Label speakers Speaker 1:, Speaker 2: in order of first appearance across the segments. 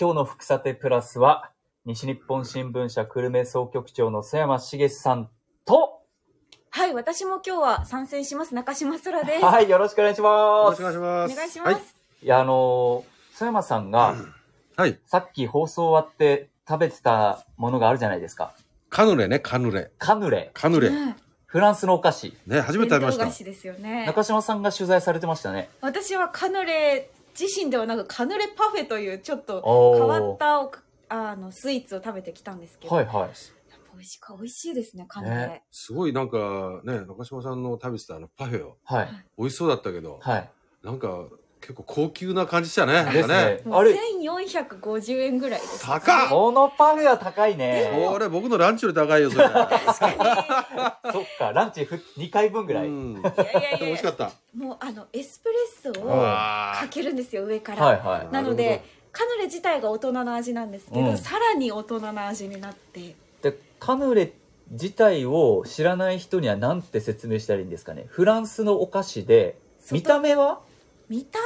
Speaker 1: 今日の福さてプラスは、西日本新聞社久留米総局長の曽山茂さんと、
Speaker 2: はい、私も今日は参戦します。中島空です。
Speaker 1: はい、よろしくお願いし
Speaker 3: よ
Speaker 1: ま
Speaker 3: ろし
Speaker 1: す。
Speaker 3: くお願
Speaker 1: い
Speaker 3: いします。
Speaker 2: お願いします。
Speaker 1: や、あのー、曽山さん
Speaker 3: は
Speaker 1: が
Speaker 3: い、うんはい。
Speaker 1: さっき放送終わって食べてたものがあるじゃないですか。
Speaker 3: カヌレね、カヌレ。
Speaker 1: カヌレ。
Speaker 3: カヌレ。
Speaker 2: ね
Speaker 1: フランスのお菓子。
Speaker 3: ね、初めて食べまし
Speaker 2: 伝統
Speaker 3: た
Speaker 2: 菓。子ですよね。
Speaker 1: 中島さんが取材されてましたね。
Speaker 2: 私はカヌレ自身ではなくカヌレパフェというちょっと
Speaker 1: お
Speaker 2: 変わったおあのスイーツを食べてきたんですけど、
Speaker 1: はいはい。
Speaker 2: やっぱ美味しいか美味しいですねカヌレ。
Speaker 1: ね
Speaker 3: すごいなんかね、中島さんの食べてたあのパフェを、
Speaker 1: はい。
Speaker 3: 美味しそうだったけど、
Speaker 1: はい。
Speaker 3: なんか結構高級な感じしたね。なんか
Speaker 1: ですね。あれ、
Speaker 2: 1450円ぐらいです。
Speaker 3: 高っ
Speaker 1: このパフェは高いね。
Speaker 3: これ僕のランチより高いよ、そ れ。
Speaker 2: 確かに。
Speaker 1: そっか、ランチ2回分ぐらい。
Speaker 3: うん。でも
Speaker 2: いやいやいや
Speaker 3: 美味しかった。
Speaker 2: もうあのエスプレッソ
Speaker 1: ん
Speaker 2: を
Speaker 3: わ
Speaker 2: か
Speaker 3: ー
Speaker 2: けるんですよ上から。
Speaker 1: はいは
Speaker 2: なので
Speaker 3: なるほ
Speaker 2: カヌレ自体が大人の味なんですけど、
Speaker 1: うん
Speaker 2: さらに大人の味になって
Speaker 1: い。で、カヌレ自体を知らない人には何て説明したらいいんですかね。フランスのお菓子で、見た目 は
Speaker 2: 見た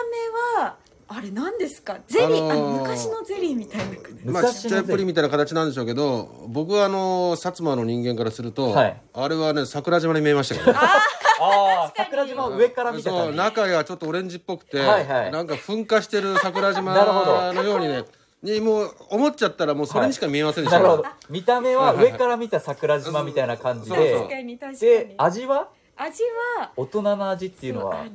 Speaker 2: 目はあれ何ですかゼリー、
Speaker 3: あのー
Speaker 2: あの昔のゼリーみたいな感じ
Speaker 3: まあ、ちっちゃいプリンみたいな形なんでしょうけど、僕はあの、薩摩の人間からすると、
Speaker 1: はい
Speaker 3: あれはね、桜島に見えましたけどね。
Speaker 1: ああ、
Speaker 2: 確か
Speaker 1: 桜
Speaker 2: に
Speaker 1: 島を上から見た
Speaker 3: そ
Speaker 1: 感
Speaker 3: う
Speaker 1: じ。
Speaker 3: 中がちょっとオレンジっぽくて、
Speaker 1: はいはい
Speaker 3: なんか噴火してる 桜
Speaker 1: なるほど
Speaker 3: 島のようにねにもう思っちゃったらもうそれにしか見えませんでし
Speaker 1: な
Speaker 3: た、
Speaker 1: るほど。見た目は上から見た桜島みたいな感じ
Speaker 3: そうそう
Speaker 1: で
Speaker 2: 確、かに確か
Speaker 1: で
Speaker 2: に、
Speaker 1: 味は
Speaker 2: 味は
Speaker 1: 大人の味っていうの
Speaker 2: そ
Speaker 1: は
Speaker 2: あ、の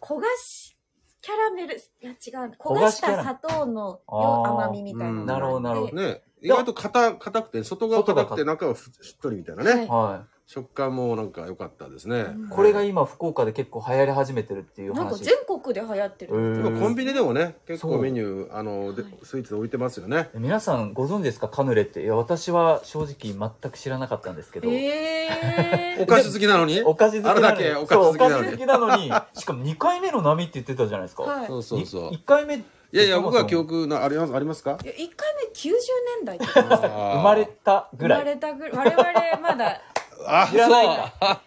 Speaker 2: 焦がしキャラメルいや違う焦
Speaker 1: 焦
Speaker 2: が
Speaker 1: がし
Speaker 2: し
Speaker 1: キャラ
Speaker 2: た砂糖のよ
Speaker 1: あー
Speaker 2: 甘みみたいなのがあっ
Speaker 1: な
Speaker 2: て
Speaker 1: るほどなるほど
Speaker 3: ね意外と硬硬くて外が硬くて中はふしっとりみたいなね、
Speaker 2: はい
Speaker 1: は
Speaker 3: 食感もなんか良かったですね、
Speaker 2: うん
Speaker 1: い。これが
Speaker 3: い
Speaker 1: 今福岡で結構流行り始めてるっていう
Speaker 2: なんか
Speaker 1: 話。
Speaker 2: 全国で流行ってる、
Speaker 1: へー
Speaker 3: コンビニでもね結
Speaker 1: そ
Speaker 3: 構
Speaker 1: う
Speaker 3: メニューあので
Speaker 2: はい
Speaker 3: スイーツ置いてますよね
Speaker 1: 皆さんご存知ですかカヌレっていや私は正直全く知らなかったんですけど、
Speaker 2: え
Speaker 3: お
Speaker 2: ー、
Speaker 3: 菓子好きなのに
Speaker 1: お菓子好きなのに
Speaker 3: あれだけお菓子好きな
Speaker 1: そうお
Speaker 3: のに
Speaker 1: 菓子好きなの にしかも2回目の波って言ってたじゃないですか、
Speaker 2: はい
Speaker 3: そうそうそう
Speaker 1: 1回目い
Speaker 3: いやいや僕は記憶のありますありますか
Speaker 2: いや1回目90年代って言ってましたよ
Speaker 3: 生
Speaker 1: 生まれたぐ
Speaker 2: 生
Speaker 1: ら
Speaker 2: ま
Speaker 1: い
Speaker 2: れたぐらい我々まだ
Speaker 3: あ
Speaker 1: 知らないん
Speaker 3: そう
Speaker 1: だ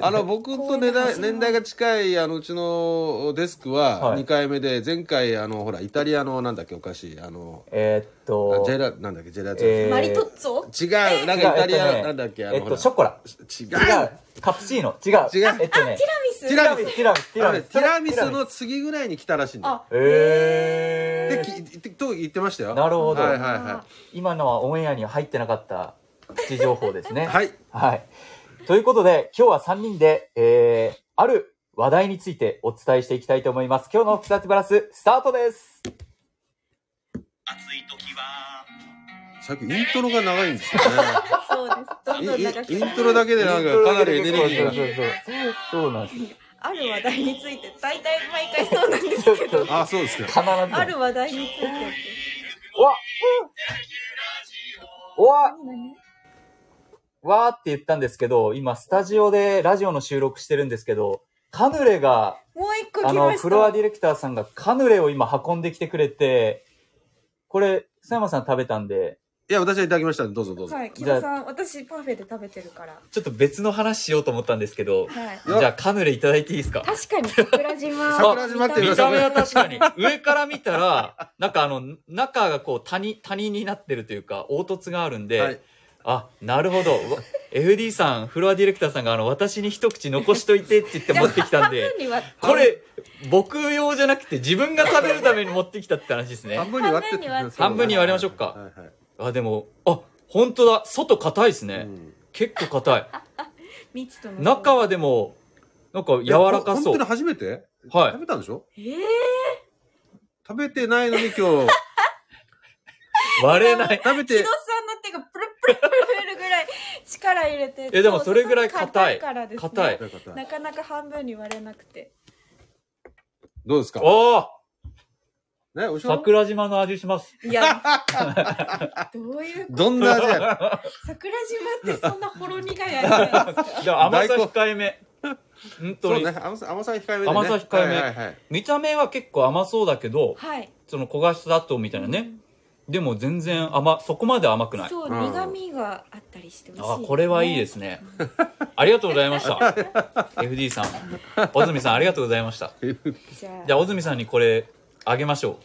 Speaker 3: あの僕と年代年代が近いあのうちのデスク
Speaker 1: は
Speaker 3: はい2回目で前回あのほらイタリアのなんだっけお菓子あの
Speaker 1: えーっと
Speaker 3: ジェラなんだっけジェラート、
Speaker 1: えー
Speaker 2: マリトッツォ
Speaker 3: 違うなんかイタリ
Speaker 1: 違うえっと
Speaker 3: ア
Speaker 1: ね
Speaker 3: なんだっけあの
Speaker 1: えっ
Speaker 3: ほ
Speaker 1: と
Speaker 3: ら
Speaker 1: ショコラ
Speaker 3: 違
Speaker 1: 違
Speaker 3: う
Speaker 1: うカプチーノ違う
Speaker 3: 違
Speaker 1: え
Speaker 3: う
Speaker 1: っとね
Speaker 2: ティラミス
Speaker 3: ティラミス
Speaker 1: ティラミスティ
Speaker 3: あ
Speaker 1: ラ
Speaker 3: のね
Speaker 1: ミス
Speaker 3: ティラミスの次ぐらいに来たらしいんだよ
Speaker 2: あ
Speaker 1: え
Speaker 3: で
Speaker 1: ー、
Speaker 3: きってと言ってましたよ
Speaker 1: なるほど、
Speaker 3: はいはいは
Speaker 1: 今のはオンエアには入ってなかった口情報ですね
Speaker 3: いはい
Speaker 1: はい。ということで、今日は3人で、えー、ある話題についてお伝えしていきたいと思います。今日の福テプラス、スタートです
Speaker 4: 暑い時は
Speaker 3: 最近イントロが長いんですよ
Speaker 2: そうですどんどん長
Speaker 3: ね
Speaker 2: く
Speaker 3: インイ
Speaker 2: な
Speaker 3: ン
Speaker 2: る
Speaker 3: トロだけでなんかかなりエネルギーが
Speaker 1: そうそうそう。そうなんですよ。
Speaker 2: ある話題について大体毎回そうなんですけど
Speaker 3: あそうですか
Speaker 1: 必ず。
Speaker 2: ある話題についてって
Speaker 1: わうわ
Speaker 2: 何何
Speaker 1: わーって言ったんですけど、今、スタジオでラジオの収録してるんですけど、カヌレが、
Speaker 2: もう一個
Speaker 1: あ
Speaker 2: 来
Speaker 1: の、
Speaker 2: まし
Speaker 1: フロア
Speaker 2: た
Speaker 1: ディレクターさんがカヌレを今運んできてくれて、これ、佐山さん食べたんで、
Speaker 3: いや私はいただきましたんでどうぞどうぞ
Speaker 2: はい木田さん私パフェで食べてるから
Speaker 1: ちょっと別の話しようと思ったんですけど、
Speaker 2: はい
Speaker 1: じゃあカヌレいただいていいですか
Speaker 2: 確かに桜島
Speaker 3: 桜島って
Speaker 1: 見た
Speaker 3: 見た
Speaker 1: 目
Speaker 3: 目
Speaker 1: は
Speaker 3: は
Speaker 1: 確かに上から見たらなんかあの中がこう谷谷になってるというか凹凸があるんで、
Speaker 3: はい
Speaker 1: あなるほどわ FD さんフロアディレクターさんがあの私に一口残しといてって言って持ってきたんで
Speaker 2: 半分に割っ
Speaker 1: これ僕用じゃなくて自分が食べるために持ってきたって話ですね
Speaker 3: 半分に割ってって
Speaker 1: 半分に割りましょうか
Speaker 3: はいはい
Speaker 1: あでもあ本当だ外硬いですね、
Speaker 3: うん
Speaker 1: 結構硬い
Speaker 2: 未知との
Speaker 1: 中はでもなんか柔らかそ
Speaker 3: 本当
Speaker 1: う
Speaker 3: に初めて
Speaker 1: はい
Speaker 3: 食べたんでしょ
Speaker 2: えー
Speaker 3: 食べてないのに 今日
Speaker 1: 割れない
Speaker 3: 食べ
Speaker 2: 木戸さ
Speaker 3: て
Speaker 2: んの手がプルプルプルプルぐらい力入れて
Speaker 1: えでもそれぐらい硬い
Speaker 2: そう外からですね
Speaker 1: 硬い
Speaker 2: なかなか半分に割れなくて
Speaker 3: どうですかね
Speaker 1: おお
Speaker 3: 美味しい
Speaker 1: 桜島の味します
Speaker 2: いやどういう
Speaker 3: どんな味や
Speaker 2: 桜島ってそんなほろ苦い味なんですか
Speaker 1: いや甘さ
Speaker 3: 大根
Speaker 1: 控えめ本当
Speaker 3: そう
Speaker 1: に、
Speaker 3: ね甘さ甘さ控えめでね
Speaker 1: 甘さ控えめ
Speaker 3: はいはいはい
Speaker 1: 見た目は結構甘そうだけど
Speaker 2: はい
Speaker 1: その焦がし砂糖みたいなね、でも全然甘そこまで甘くない
Speaker 2: そう、
Speaker 3: うん
Speaker 2: 苦味があったりして美味しい、
Speaker 1: あこれはいいですねありがとうございました FD さん小住さんありがとうございました
Speaker 2: じゃあ
Speaker 1: じゃあ小住さんにこれあげましょ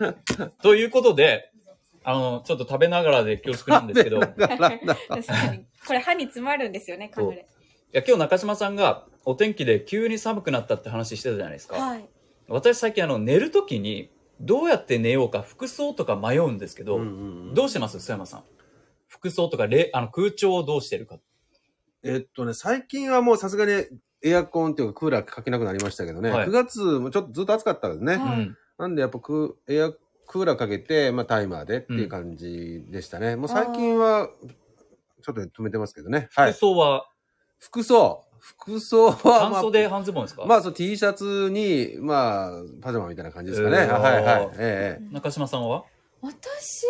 Speaker 1: うということで、あの、ちょっと食べながらで恐縮なんです けど、い
Speaker 2: 確かに。これ歯に詰まるんですよね、カヌレ。
Speaker 1: や、今日中島さんがお天気で急に寒くなったって話してたじゃないですか。
Speaker 2: はい。
Speaker 1: 私最近あの、寝るときに、どうやって寝ようか服装とか迷うんですけど、
Speaker 3: うんうんうん
Speaker 1: どうしてます須山さん。服装とかれあの空調をどうしてるか。
Speaker 3: えっとね、最近はもうさすがにエアコンっていうかクーラーかけなくなりましたけどね、
Speaker 1: はい
Speaker 3: 9月もちょっとずっと暑かったですね。
Speaker 2: はい
Speaker 1: うん
Speaker 3: なんでやっぱクーエアクーラーかけて、まあ、タイマーでっていう感じでしたね。もう最近はちょっと止めてますけどね。はい
Speaker 1: 服。装は
Speaker 3: 服装。服装は、ま
Speaker 1: 半
Speaker 3: あ、
Speaker 1: 袖半ズボンですか、
Speaker 3: まあ、その T シャツに、まあ、パジャマみたいな感じですかね。
Speaker 1: えー
Speaker 3: はいはい。ええ
Speaker 1: 中島さんは、
Speaker 2: 私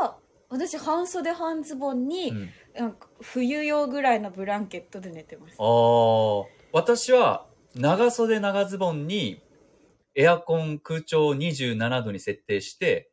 Speaker 2: は、私半袖半ズボンに、
Speaker 1: うん
Speaker 2: なんか冬用ぐらいのブランケットで寝てます。
Speaker 1: ああ私は長袖長ズボンにエアコン空調を27度に設定して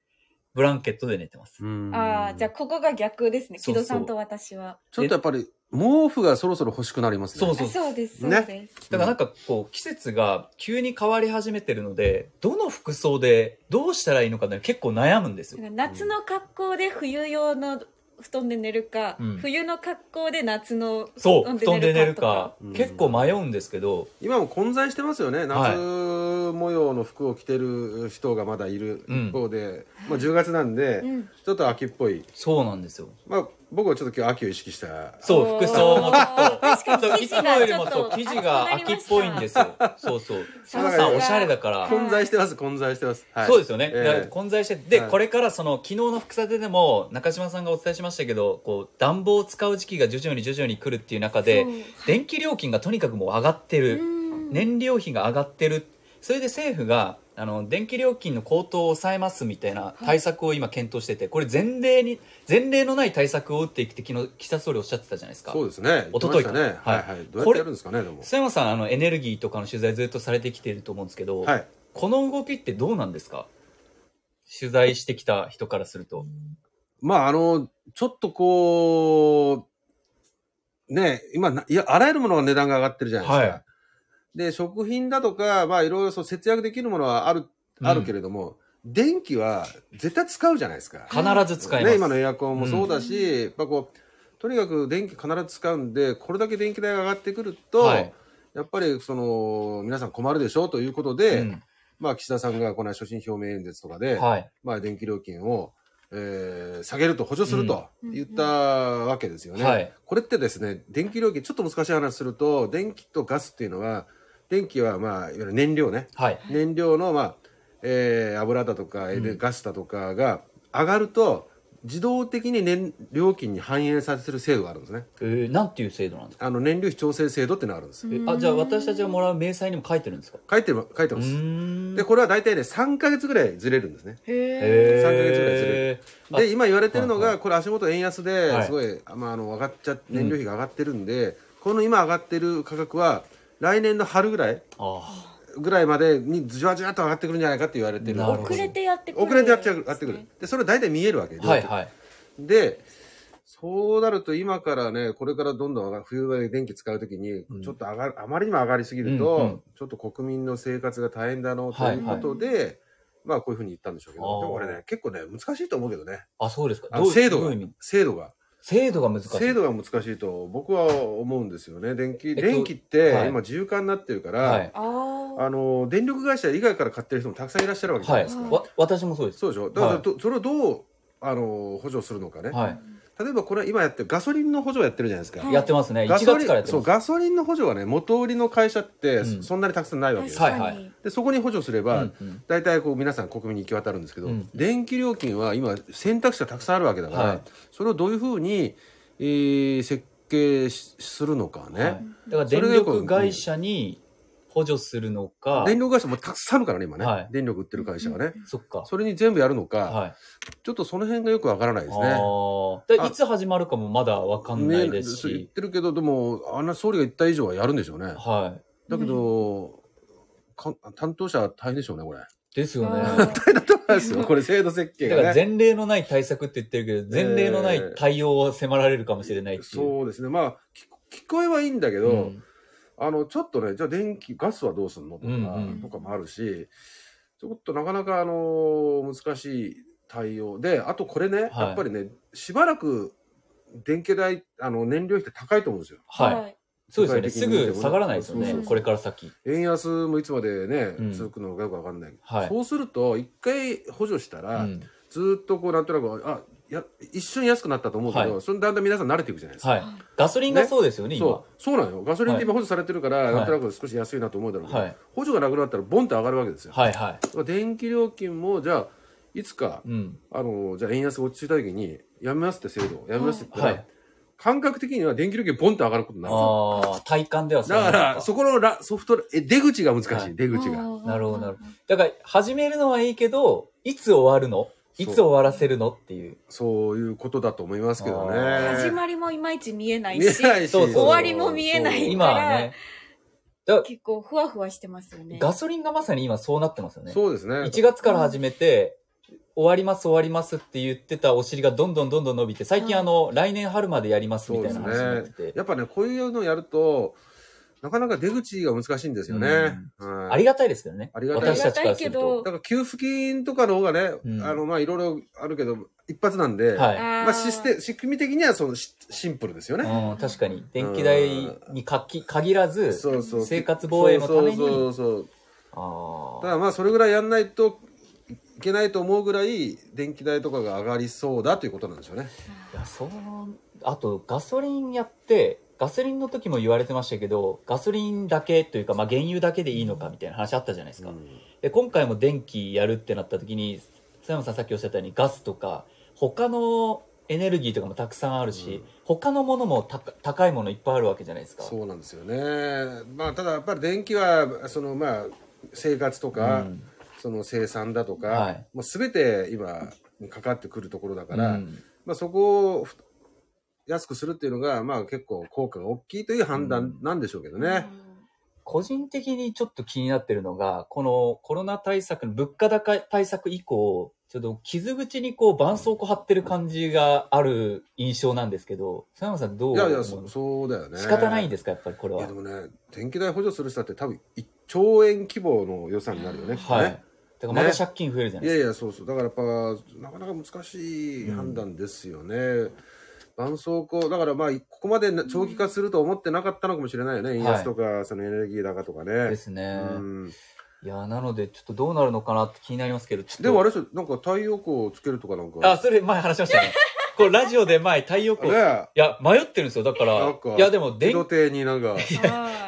Speaker 1: ブランケットで寝てます、
Speaker 3: うん
Speaker 2: ああ、じゃあここが逆ですね。
Speaker 1: そう
Speaker 2: 木
Speaker 1: そう
Speaker 2: 戸さんと私は。
Speaker 3: ちょっとやっぱり、毛布がそろそろ欲しくなりますね。
Speaker 1: そう
Speaker 2: あそうです、そう
Speaker 3: ね
Speaker 2: です。
Speaker 1: だからなんかこう季節が急に変わり始めてるのでどの服装でどうしたらいいのかね結構悩むんです
Speaker 2: だ
Speaker 1: よ
Speaker 2: から夏の格好で冬用の布団で寝るか、
Speaker 1: うん
Speaker 2: 冬の格好で夏の
Speaker 1: そう布団で寝る
Speaker 2: と
Speaker 1: か
Speaker 3: うん
Speaker 1: 結構迷うんですけど、
Speaker 3: 今も混在してますよね。
Speaker 1: はい
Speaker 3: 夏模様の服を着てる人がまだいる
Speaker 1: うん
Speaker 3: 一方で、まあ10月なんで、
Speaker 2: うん、
Speaker 3: ちょっと秋っぽい。
Speaker 1: そうなんですよ
Speaker 3: まあ、僕はちょっと今日秋を意識した。
Speaker 1: そう
Speaker 2: おー
Speaker 1: 服装もちょっと
Speaker 2: 確かに
Speaker 1: そうい
Speaker 2: 生地
Speaker 1: つも
Speaker 2: が
Speaker 1: よ
Speaker 2: ち
Speaker 1: り
Speaker 2: ょ
Speaker 1: も
Speaker 2: っ
Speaker 1: そう
Speaker 2: と
Speaker 1: 生地が秋っぽいんですよそうそう
Speaker 2: さ
Speaker 3: すが
Speaker 1: さんおしゃれだから
Speaker 3: 混在してます、混在してます。はい、
Speaker 1: そうですよね、
Speaker 3: ええ
Speaker 1: だから混在してで、
Speaker 3: はい
Speaker 1: これからその昨日の副査定でも中島さんがお伝えしましたけどこう暖房を使う時期が徐々に徐々に来るっていう中で電気料金がとにかくもう上がって
Speaker 2: そう
Speaker 1: る、
Speaker 2: うん
Speaker 1: 燃料費が上がってるそれで政府があの電気料金の高騰を抑えますみたいない対策を今検討しててこれ前例に前例のない対策を打っていくって昨日岸田総理おっしゃってたじゃないですか
Speaker 3: そうですね。
Speaker 1: 一昨日
Speaker 3: 言
Speaker 1: か
Speaker 3: ってましたね。
Speaker 1: は
Speaker 3: はいいはい。どうやってやるんですかね、でも。
Speaker 1: 須山さんあのエネルギーとかの取材ずっとされてきてると思うんですけど、
Speaker 3: はい。
Speaker 1: この動きってどうなんですか取材してきた人からすると。
Speaker 3: まあ、あの、ちょっとこう、ね、今な、いや、あらゆるものが値段が上がってるじゃないですか。
Speaker 1: は
Speaker 3: で、食品だとか、まあ、いろいろそう節約できるものはある、あるけ
Speaker 1: ど、
Speaker 3: れども、電気は絶対使うじゃないですか。
Speaker 1: 必ず使います。
Speaker 3: ね、今のエアコンもそうだし、やっぱこう、とにかく電気必ず使うんで、これだけ電気代が上がってくると、
Speaker 1: はい
Speaker 3: やっぱりその、皆さん困るでしょうということで、
Speaker 1: うん
Speaker 3: まあ、岸田さんがこの所信表明演説とかで、
Speaker 1: はい。
Speaker 3: まあ、電気料金を、えー下げると補助すると
Speaker 2: うん
Speaker 3: 言ったわけですよね。
Speaker 1: はい。
Speaker 3: これってですね、電気料金、ちょっと難しい話すると、電気とガスっていうのは、電気はまあ、いわゆる燃料ね。
Speaker 1: はい。
Speaker 3: 燃料の、まあ、えー油だとか、えーで
Speaker 1: うん
Speaker 3: ガスだとかが上がると、自動的に燃料金に反映させる制度があるんですね。
Speaker 1: えー、なんていう制度なんですか、
Speaker 3: あの、燃料費調整制度っていうのがあるんです。
Speaker 1: えあ、じゃあ私たちがも
Speaker 2: ら
Speaker 1: らう明細にも書いてるんですか
Speaker 3: 書いてる、書いうてます。
Speaker 1: ーん。
Speaker 3: で、これは大体ね、3ヶ月ぐらいずれるんですね。
Speaker 2: うん。へえ。
Speaker 1: へー
Speaker 3: 三ヶ月ぐらいする
Speaker 1: あ
Speaker 3: で今言われてるの
Speaker 1: は
Speaker 3: が、これ、足元円安
Speaker 1: はい
Speaker 3: ですごい、あまあ、あの上がっちゃ燃料費が上がってるんで、この今上がってる価格は、来年の春ぐらい
Speaker 1: あ
Speaker 3: ぐらいまでに、じわじわっと上がってくるんじゃないかって言われてる
Speaker 1: なるほど
Speaker 2: 遅れてやってくる。
Speaker 3: 遅れてやっちゃう上がってくる、でそれ、大体見えるわけ、
Speaker 1: あ。はい
Speaker 3: 料金
Speaker 1: はい。
Speaker 3: で、そうなると、今からね、これからどんどん上が冬場で電気使うときに
Speaker 1: うん、
Speaker 3: ちょっと上がる、あまりにも上がりすぎると、
Speaker 1: うんうん
Speaker 3: ちょっと国民の生活が大変だのということで、まあ、こういうふうに言ったんでしょうけど、
Speaker 1: あー
Speaker 3: でもこれね、結構ね、難しいと思うけどね、
Speaker 1: あ、そうですか。
Speaker 3: あの制度
Speaker 1: どう
Speaker 3: が
Speaker 1: いう意味、
Speaker 3: 制度が。
Speaker 1: 制度が難しい。
Speaker 3: 制度が難しいと僕は思うんですよね電気
Speaker 1: っと
Speaker 3: 電気っ
Speaker 1: は
Speaker 3: て
Speaker 1: い
Speaker 3: 今自由化になってるから、
Speaker 1: はい。
Speaker 2: ああ。
Speaker 3: あの電力会社以外から買ってる人もたくさんいらっしゃるわけじゃ
Speaker 1: は
Speaker 3: な
Speaker 1: い
Speaker 3: いですか、。
Speaker 1: わ、私もそうです。
Speaker 3: そうでしょだから
Speaker 1: はい
Speaker 3: ど、それをどうあの補助するのかね、
Speaker 1: は。
Speaker 3: 例えばこれ今やってるガソリンの補助をやってるじゃないですか、
Speaker 2: はい
Speaker 1: やってますね。1
Speaker 3: ガ
Speaker 1: 月
Speaker 3: ソリン
Speaker 1: からやって
Speaker 3: そう
Speaker 1: ます。
Speaker 3: ガソリンの補助はね元売りの会社って
Speaker 1: うん
Speaker 3: そんなにたくさんないわけです、
Speaker 2: 確
Speaker 1: は
Speaker 2: か
Speaker 1: い
Speaker 2: に。
Speaker 1: はい
Speaker 3: でそこに補助すれば、
Speaker 1: うんうん
Speaker 3: 大体こう皆さん国民に行き渡るんですけど、
Speaker 1: うん
Speaker 3: 電気料金は今選択肢がたくさんあるわけだから、
Speaker 1: はい
Speaker 3: それをどういうふうに、えー設計しするのかね、
Speaker 1: はいだから電力会社に補助するのか、
Speaker 3: 電力会社もたくさんあるからね今ね、
Speaker 1: はい
Speaker 3: 電力売ってる会社がね、
Speaker 1: そっか。
Speaker 3: それに全部やるのか、
Speaker 1: はい。
Speaker 3: ちょっとその辺がよくわからないですね。
Speaker 1: ああ。で
Speaker 3: あ
Speaker 1: いつ始まるかもまだわかんないです
Speaker 3: ねそう言っ
Speaker 1: し、
Speaker 3: てるけどでもあんな総理が言った以上はやるんでしょうね
Speaker 1: は
Speaker 3: だけど、か担当者は大変でしょ うねこれ
Speaker 1: い。ですよ
Speaker 2: あ
Speaker 1: ね。
Speaker 2: ー
Speaker 3: 大変だと思いますよこれ制度設計
Speaker 1: だから
Speaker 3: がね
Speaker 1: 前例のない対策って言ってるけど、前例のない対応を迫られるかもしれないっていう。
Speaker 3: そうですねまあ聞こ聞こえはいいんだけど、
Speaker 1: うん
Speaker 3: あのちょっとねじゃあ電気ガスはどうすんのとか、
Speaker 1: うんうん
Speaker 3: とかもあるしちょっとなかなか、あのー難しい対応で、あとこれ
Speaker 1: は
Speaker 3: ね、
Speaker 1: い
Speaker 3: やっぱりね、しばらく電気代、あの、燃料費って高いと思うんですよ。
Speaker 1: はい、
Speaker 2: い。
Speaker 1: そうです
Speaker 3: 世
Speaker 1: よ
Speaker 3: 界的に見
Speaker 1: ねす
Speaker 3: ても
Speaker 1: ぐ下がらないですよね
Speaker 2: そうそうそう
Speaker 1: これから先
Speaker 3: 円安もいつまでね、
Speaker 1: うん
Speaker 3: 続くのかよくわかんないけど、
Speaker 1: はい
Speaker 3: そうすると、一回補助した
Speaker 1: う
Speaker 3: ら、
Speaker 1: ん
Speaker 3: ずーっとこう、なんとなく、あ、や一瞬安くなったと思うけど、
Speaker 1: はい
Speaker 3: それだんだん皆さん慣れていくじゃないですか。
Speaker 1: はいガソリンがそうですよね今
Speaker 3: そうそうなんよガソリンって今補助されてるから、
Speaker 1: はい
Speaker 3: なんとなく少し安いなと思うだろうけど、
Speaker 1: はい
Speaker 3: 補助がなくなったらボンって上がるわけですよ、
Speaker 1: はいはい
Speaker 3: だから電気料金もじゃあいつか、
Speaker 1: うん
Speaker 3: あのじゃあ円安が落ち着いた時にやめますって制度やめますって言った
Speaker 1: は
Speaker 3: ら、
Speaker 1: い
Speaker 3: 感覚的には電気料金ボンって上がることになる
Speaker 1: ああ体感ではそう
Speaker 3: だ
Speaker 1: な
Speaker 3: か
Speaker 1: のから
Speaker 3: そこのラソフトえ出口が難しい、
Speaker 1: はい
Speaker 3: 出口が
Speaker 1: なるほどなるほだから始めるのはいいけどいつ終わるのいつ終わらせるのっていう
Speaker 3: そういうことだと思いますけどね
Speaker 1: あ
Speaker 2: 始まりもいまいち見えない
Speaker 3: 見え
Speaker 2: し、
Speaker 3: ないし
Speaker 1: そうそう終わ
Speaker 2: りも見えない
Speaker 3: そう
Speaker 1: 今はねだ
Speaker 2: 結構ふわふわしてますよね。
Speaker 1: ガソリンがまさに今そうなってますよね
Speaker 3: そうですね
Speaker 1: 1月から始めて、終わります終わりますって言ってたお尻がどんどんどんどん伸びて最近
Speaker 2: はい
Speaker 1: あの、来年春までやりますみたいな
Speaker 3: そう
Speaker 1: 話
Speaker 3: です
Speaker 1: に
Speaker 3: ね
Speaker 1: なってて、
Speaker 3: やっぱねこういうのをやるとなかなか出口が難しいんですよね、はい
Speaker 1: ありがたいですけどね
Speaker 3: ありがたい
Speaker 1: 私たちからすると
Speaker 2: あ
Speaker 3: だから給付金とかの方がね、
Speaker 1: うん
Speaker 3: あの、まあ、いろいろあるけど、一発なんで、
Speaker 1: はい、
Speaker 2: ま
Speaker 3: まあ、システ、仕組み的には、その、しシンプルですよね。
Speaker 1: うん、確かに電気代にかき限らず
Speaker 3: そうそう。
Speaker 1: 生活防衛のために
Speaker 3: そうそうそう
Speaker 1: あ
Speaker 3: そう。た
Speaker 1: ー
Speaker 3: だ、まあ、それぐらいやんないといけないと思うぐらい、電気代とかが上がりそうだということなんでしょうね。
Speaker 1: いやそうあとガソリンやってガソリンの時も言われてましたけどガソリンだけというか、まあ、原油だけでいいのかみたいな話あったじゃないですか、で今回も電気やるってなった時に佐山さんさっきおっしゃったようにガスとか他のエネルギーとかもたくさんあるし、
Speaker 3: うん
Speaker 1: 他のものもた高いものいっぱいあるわけじゃないですか
Speaker 3: そうなんですよね。まあ、ただ、やっぱり電気は、その、まあ、生活とか、
Speaker 1: うん
Speaker 3: その生産だとか、
Speaker 1: はい
Speaker 3: もうすべて今、かかってくるところだから、
Speaker 1: うん
Speaker 3: まあ、そこをふ安くするっていうのが、まあ、結構効果が大きいという判断なんでしょうけどね。
Speaker 1: 個人的にちょっと気になってるのがこのコロナ対策の物価高対策以降ちょっと傷口にこう絆創膏貼ってる感じがある印象なんですけど佐山さんどう
Speaker 3: いやい
Speaker 1: 思
Speaker 3: や
Speaker 1: う
Speaker 3: そ、そうだよね。
Speaker 1: 仕方ないんですすかやっぱりこれ
Speaker 3: い
Speaker 1: は
Speaker 3: やでもね、電気代補助する人だって多分1兆円規模の予算になるよね。きっと
Speaker 1: はいだ
Speaker 3: ね
Speaker 1: からまた借金増えるじゃない
Speaker 3: い
Speaker 1: で
Speaker 3: や
Speaker 1: す
Speaker 3: いや、そうそう。だからやっぱ、なかなか難しい判断ですよね。絆創膏、だからまあ、ここまでな長期化すると思ってなかったのかもしれないよね。円安とか、そのエネルギー高とか
Speaker 1: かで
Speaker 3: ね。
Speaker 1: すね、
Speaker 3: うん、
Speaker 1: いやなのでちょっとどうなるのかなって気になりますけどちょっと
Speaker 3: でもあれですよ、なんか太陽光をつけるとかなんか。
Speaker 1: あ、それ前話しましたね。これラジオで前太陽光。い
Speaker 3: ね
Speaker 1: や、迷ってるんですよ。だか
Speaker 3: な
Speaker 1: ら
Speaker 3: んか、
Speaker 1: いや、でも
Speaker 3: 自
Speaker 1: 電
Speaker 3: 動艇になんか。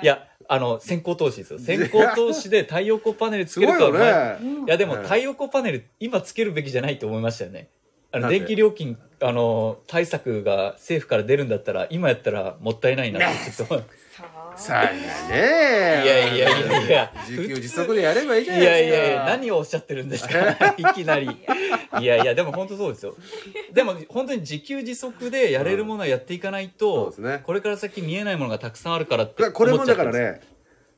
Speaker 1: いや、あの、先行投資ですよ。先行投資で太陽光パネル つ
Speaker 3: す
Speaker 1: ける
Speaker 3: ごい
Speaker 1: かは
Speaker 3: よ
Speaker 1: 迷っ
Speaker 3: ね。
Speaker 1: いや、でも
Speaker 3: ね
Speaker 1: 太陽光パネル、今つけるべきじゃないと思いましたよね。あの、
Speaker 3: なんで
Speaker 1: 電気料金、あの、対策が政府から出るんだったら、今やったらもったいないなってちょっと思う。
Speaker 3: さあ
Speaker 1: い
Speaker 3: ね
Speaker 1: やいやいやいや
Speaker 3: 自給自足でやればいい
Speaker 1: い
Speaker 3: じゃないで
Speaker 1: や
Speaker 3: すか。
Speaker 1: いやいや、何をおっしゃってるんです かいきなり。いやいや、でも本当そうですよ。でも本当に自給自足でやれるものはやっていかない
Speaker 3: そ
Speaker 1: と
Speaker 3: うです、ね。
Speaker 1: これから先見えないものがたくさんあるからって
Speaker 3: だからこれ
Speaker 1: 思
Speaker 3: も
Speaker 1: っちゃ
Speaker 3: だ
Speaker 1: って
Speaker 3: か
Speaker 1: ま
Speaker 3: ら
Speaker 1: す
Speaker 3: ね、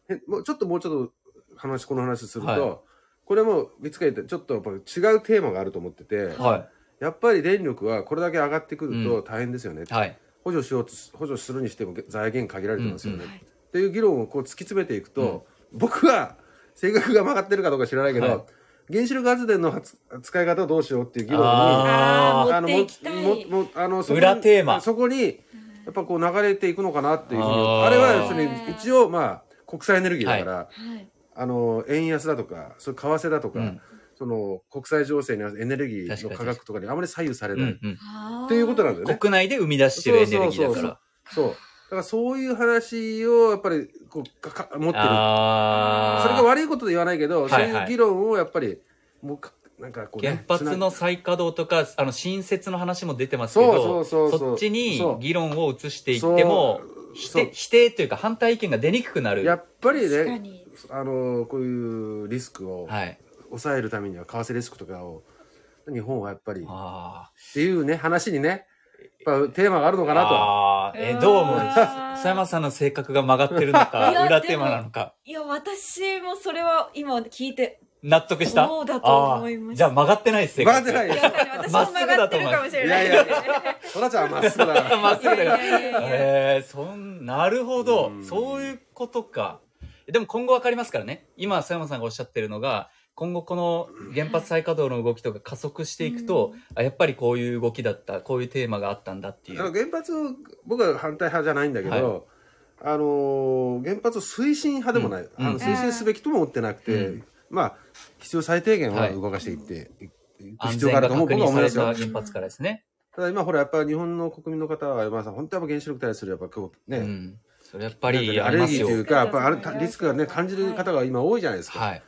Speaker 3: えもうちょっともうちょっと話、この話すると、
Speaker 1: はい
Speaker 3: これも見つけて、ちょっとやっぱり違うテーマがあると思ってて、
Speaker 1: は
Speaker 3: やっぱり電力はこれだけ上がってくる
Speaker 1: う
Speaker 3: と大変ですよね。
Speaker 1: いはい
Speaker 3: 補助しようとす、補助するにしても財源限られてますよね。
Speaker 1: うん
Speaker 2: うんはい
Speaker 3: っていう議論をこう突き詰めていくと、僕は性格が曲がってるかどうか知らないけど、
Speaker 1: はい
Speaker 3: 原子力発電の発使い方をどうしようっていう議論に、
Speaker 1: あ
Speaker 2: ー
Speaker 3: の
Speaker 2: 持っていきたい
Speaker 3: もももあのそこに
Speaker 1: 裏テーマ
Speaker 3: そこにやっぱこう流れていくのかなっていうふうに
Speaker 1: あー
Speaker 3: あれは要するに一応まあ国際エネルギーだから、
Speaker 2: はい
Speaker 3: あの円安だとかそれ為替だとか、
Speaker 1: うん
Speaker 3: その国際情勢に合わせてエネルギーの価格とかにあまり左右され
Speaker 1: う
Speaker 3: ない、
Speaker 1: んうん
Speaker 2: あー
Speaker 3: っていうことなんだよね。
Speaker 1: 国内で生み出してるエネルギーだ
Speaker 3: そうそ
Speaker 1: か
Speaker 3: うそう
Speaker 1: ら
Speaker 3: そうだからそういう話をやっぱりこうかか持ってる
Speaker 1: あ
Speaker 3: それが
Speaker 1: ー
Speaker 3: 悪いことで言わないけど、
Speaker 1: はいはい
Speaker 3: そういう議論をやっぱりもうかなんかこう、
Speaker 1: 原
Speaker 3: ね、
Speaker 1: 発の
Speaker 3: つ
Speaker 1: 再稼働とかあの新設の話も出てますけ
Speaker 3: そ
Speaker 1: ど
Speaker 3: うそうそうそう
Speaker 1: そっちに
Speaker 3: そう
Speaker 1: 議論を移していっても
Speaker 3: そう
Speaker 1: 否
Speaker 3: そう
Speaker 1: 定否定というか反対意見が出にくくな
Speaker 3: な
Speaker 1: る
Speaker 3: やっぱり
Speaker 2: 確か
Speaker 3: ね
Speaker 2: に
Speaker 3: あのこういうリスクを
Speaker 1: はい
Speaker 3: 抑えるためには為替リスクとかを日本はやっぱりっ
Speaker 1: あ
Speaker 3: ていうね話にねやっぱテーマがあるの
Speaker 1: ー
Speaker 3: かな
Speaker 1: あーえどうも
Speaker 2: あー
Speaker 1: 佐山さんの性格が曲がってるのか
Speaker 2: いや
Speaker 1: 裏テーマなのか
Speaker 2: いや私もそれは今聞いて
Speaker 1: 納得した
Speaker 2: そうだと思いま
Speaker 1: あー
Speaker 2: した
Speaker 1: じゃあ曲がってないです
Speaker 3: と
Speaker 1: 性
Speaker 3: バ
Speaker 1: 格
Speaker 3: カじ
Speaker 2: いや私
Speaker 3: ゃないよ
Speaker 2: も曲がってるかもしれ
Speaker 3: い
Speaker 2: な
Speaker 3: や
Speaker 2: い
Speaker 3: い
Speaker 2: です
Speaker 3: や
Speaker 2: ね
Speaker 3: そらちゃんはまっすぐ だ
Speaker 1: まっすぐだから。
Speaker 2: いやいやいやいや
Speaker 1: えー、そんなるほど
Speaker 3: うん
Speaker 1: そういうことかでも今後わかりますからね今佐山さんがおっしゃってるのが今後この原発再稼働の動きとか加速していくと、
Speaker 2: うん
Speaker 1: あやっぱりこういう動きだったこういうテーマがあったんだってい
Speaker 3: だから
Speaker 1: う、
Speaker 3: 原発僕は反対派じゃないんだけど、あのー原発を推進派でもない、
Speaker 1: うん
Speaker 3: あ
Speaker 1: うん
Speaker 3: の推進すべきとも思ってなくて、
Speaker 1: うん
Speaker 3: まあ必要最低限
Speaker 1: は
Speaker 3: はい動かしていって、いく
Speaker 1: 安
Speaker 3: 必
Speaker 1: 全
Speaker 3: 要があ
Speaker 1: が
Speaker 3: ると思う
Speaker 1: 確
Speaker 3: 僕は
Speaker 1: 認
Speaker 3: 思
Speaker 1: さ
Speaker 3: い
Speaker 1: れ
Speaker 3: ます
Speaker 1: た
Speaker 3: よ
Speaker 1: 原発からですね。
Speaker 3: ただ今ほらやっぱ日本の国民の方は山田さん本当はやっぱ原子力対するやっぱこうね、
Speaker 1: うん、それやっぱ
Speaker 3: なんかね
Speaker 1: りあ
Speaker 3: ア
Speaker 1: り
Speaker 3: レ
Speaker 1: ま
Speaker 3: ル
Speaker 1: す
Speaker 3: ギー
Speaker 1: よ
Speaker 3: と。いうかやっぱあれたリスクがね感じる方が今多いじゃないですか、
Speaker 1: はい。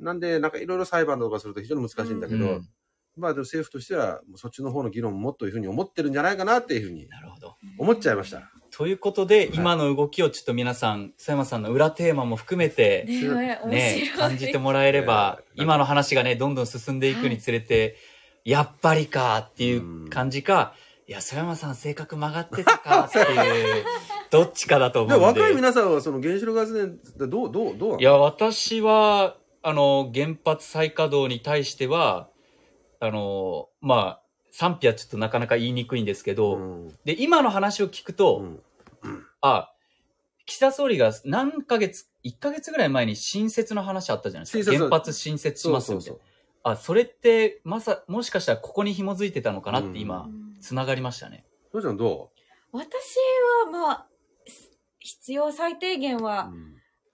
Speaker 3: なんでなんかいろいろ裁判とかすると非常に難しいんだけど、
Speaker 1: うん
Speaker 3: まあでも政府としてはもうそっちの方の議論ももっというふうに思ってるんじゃないかなっていうふうに
Speaker 1: なるほど。
Speaker 3: 思っちゃいました。
Speaker 1: ということで、今の動きをちょっと皆さん、佐山さんの裏テーマも含めて、
Speaker 2: ねえ面白い、
Speaker 1: ね、感じてもらえれば、
Speaker 3: えー
Speaker 1: 今の話がね、どんどん進んでいくにつれて、やっぱりかっていう感じか、いや、曽山さん性格曲がってたかって いう、どっちかだと思
Speaker 3: で
Speaker 1: うんで。
Speaker 3: 若い皆さんはその原子力発電ってどうどうどうなの
Speaker 1: いや、私は、あの、原発再稼働に対しては、あの、まあ、賛否はちょっとなかなか言いにくいんですけど、
Speaker 3: うん
Speaker 1: で、今の話を聞くと、
Speaker 3: うん
Speaker 1: あ、岸田総理が何ヶ月、1ヶ月ぐらい前に新設の話あったじゃないです
Speaker 3: 新
Speaker 1: か。
Speaker 3: 設
Speaker 1: 原発新設し
Speaker 3: そう
Speaker 1: ます
Speaker 3: そ
Speaker 1: み
Speaker 3: う
Speaker 1: たい
Speaker 3: そ
Speaker 1: な
Speaker 3: う。
Speaker 1: あ、それって、まさ、もしかしたらここに紐づいてたのかなって
Speaker 2: う
Speaker 1: 今、
Speaker 2: ん
Speaker 1: つながりましたね。
Speaker 3: そうじゃんど
Speaker 2: 私はまあす必要最低限
Speaker 3: う、
Speaker 2: は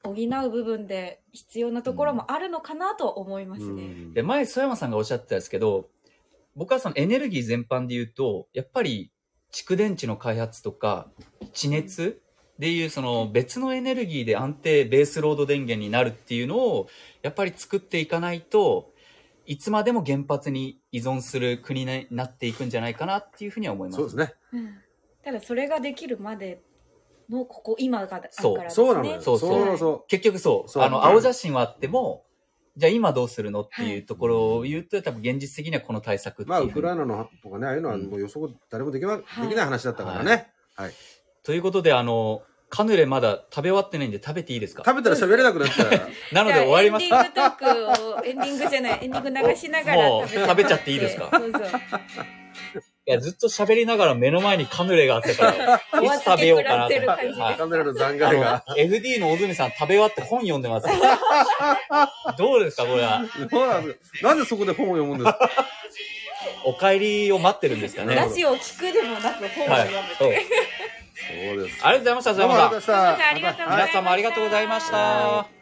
Speaker 2: 補う部分で必要なところもあるのかなと思いますね。
Speaker 3: うん
Speaker 1: で、前、曽山さんがおっしゃってたんですけど、僕はそのエネルギー全般で言うと、やっぱり蓄電池の開発とか、地熱でいうその別のエネルギーで安定ベースロード電源になるっていうのを、やっぱり作っていかないと、いつまでも原発に依存する国になっていくんじゃないかなっていうふうには思います。
Speaker 3: そうですね。
Speaker 2: うんただそれができるまでのここ今があるからです
Speaker 1: そう
Speaker 2: ね。
Speaker 3: そうなのよ。
Speaker 1: そ
Speaker 3: そうう
Speaker 1: そう
Speaker 3: そうそ
Speaker 1: 結局そう
Speaker 3: そう
Speaker 1: あの
Speaker 3: うん
Speaker 1: 青写真はあってもじゃあ今どうするのって
Speaker 2: は
Speaker 1: いう
Speaker 2: い
Speaker 1: ところを言うと、多分現実的にはこの対策っ
Speaker 3: う。
Speaker 1: て
Speaker 3: まあウ
Speaker 1: い
Speaker 3: ク
Speaker 1: う、
Speaker 3: ライナのとかねああいうのはもう予測誰もできまできない話だったからね。
Speaker 1: ということであのカヌレまだ食べ終わってないんで食べていいですか
Speaker 3: 食べたら喋れなくなったら。
Speaker 1: なので終わります
Speaker 2: じゃあエンディングトークをエンディングじゃない エンディング流しながら
Speaker 1: もう食べちゃっていいですか
Speaker 2: そうそう
Speaker 1: いやずっと喋りながら目の前にカヌレがあったから いつ食べようかなと
Speaker 2: お預けくらってる感じです
Speaker 1: はい
Speaker 3: カメラの残
Speaker 1: あ
Speaker 3: 骸が。
Speaker 1: の FD の小泉さん食べ終わって本読んでますどうですかこれは
Speaker 3: そうなんですなぜそこで本を読むんですか。
Speaker 1: お帰りを待ってるんですかね
Speaker 2: ラジオを聞くでもなく本を
Speaker 1: はい
Speaker 2: 読む。
Speaker 1: そう
Speaker 3: そうです。
Speaker 1: ありがとうございました
Speaker 3: どうもあ
Speaker 1: さ
Speaker 3: りがとうございました。
Speaker 2: ありがとうございました
Speaker 1: 皆様ありがとうございました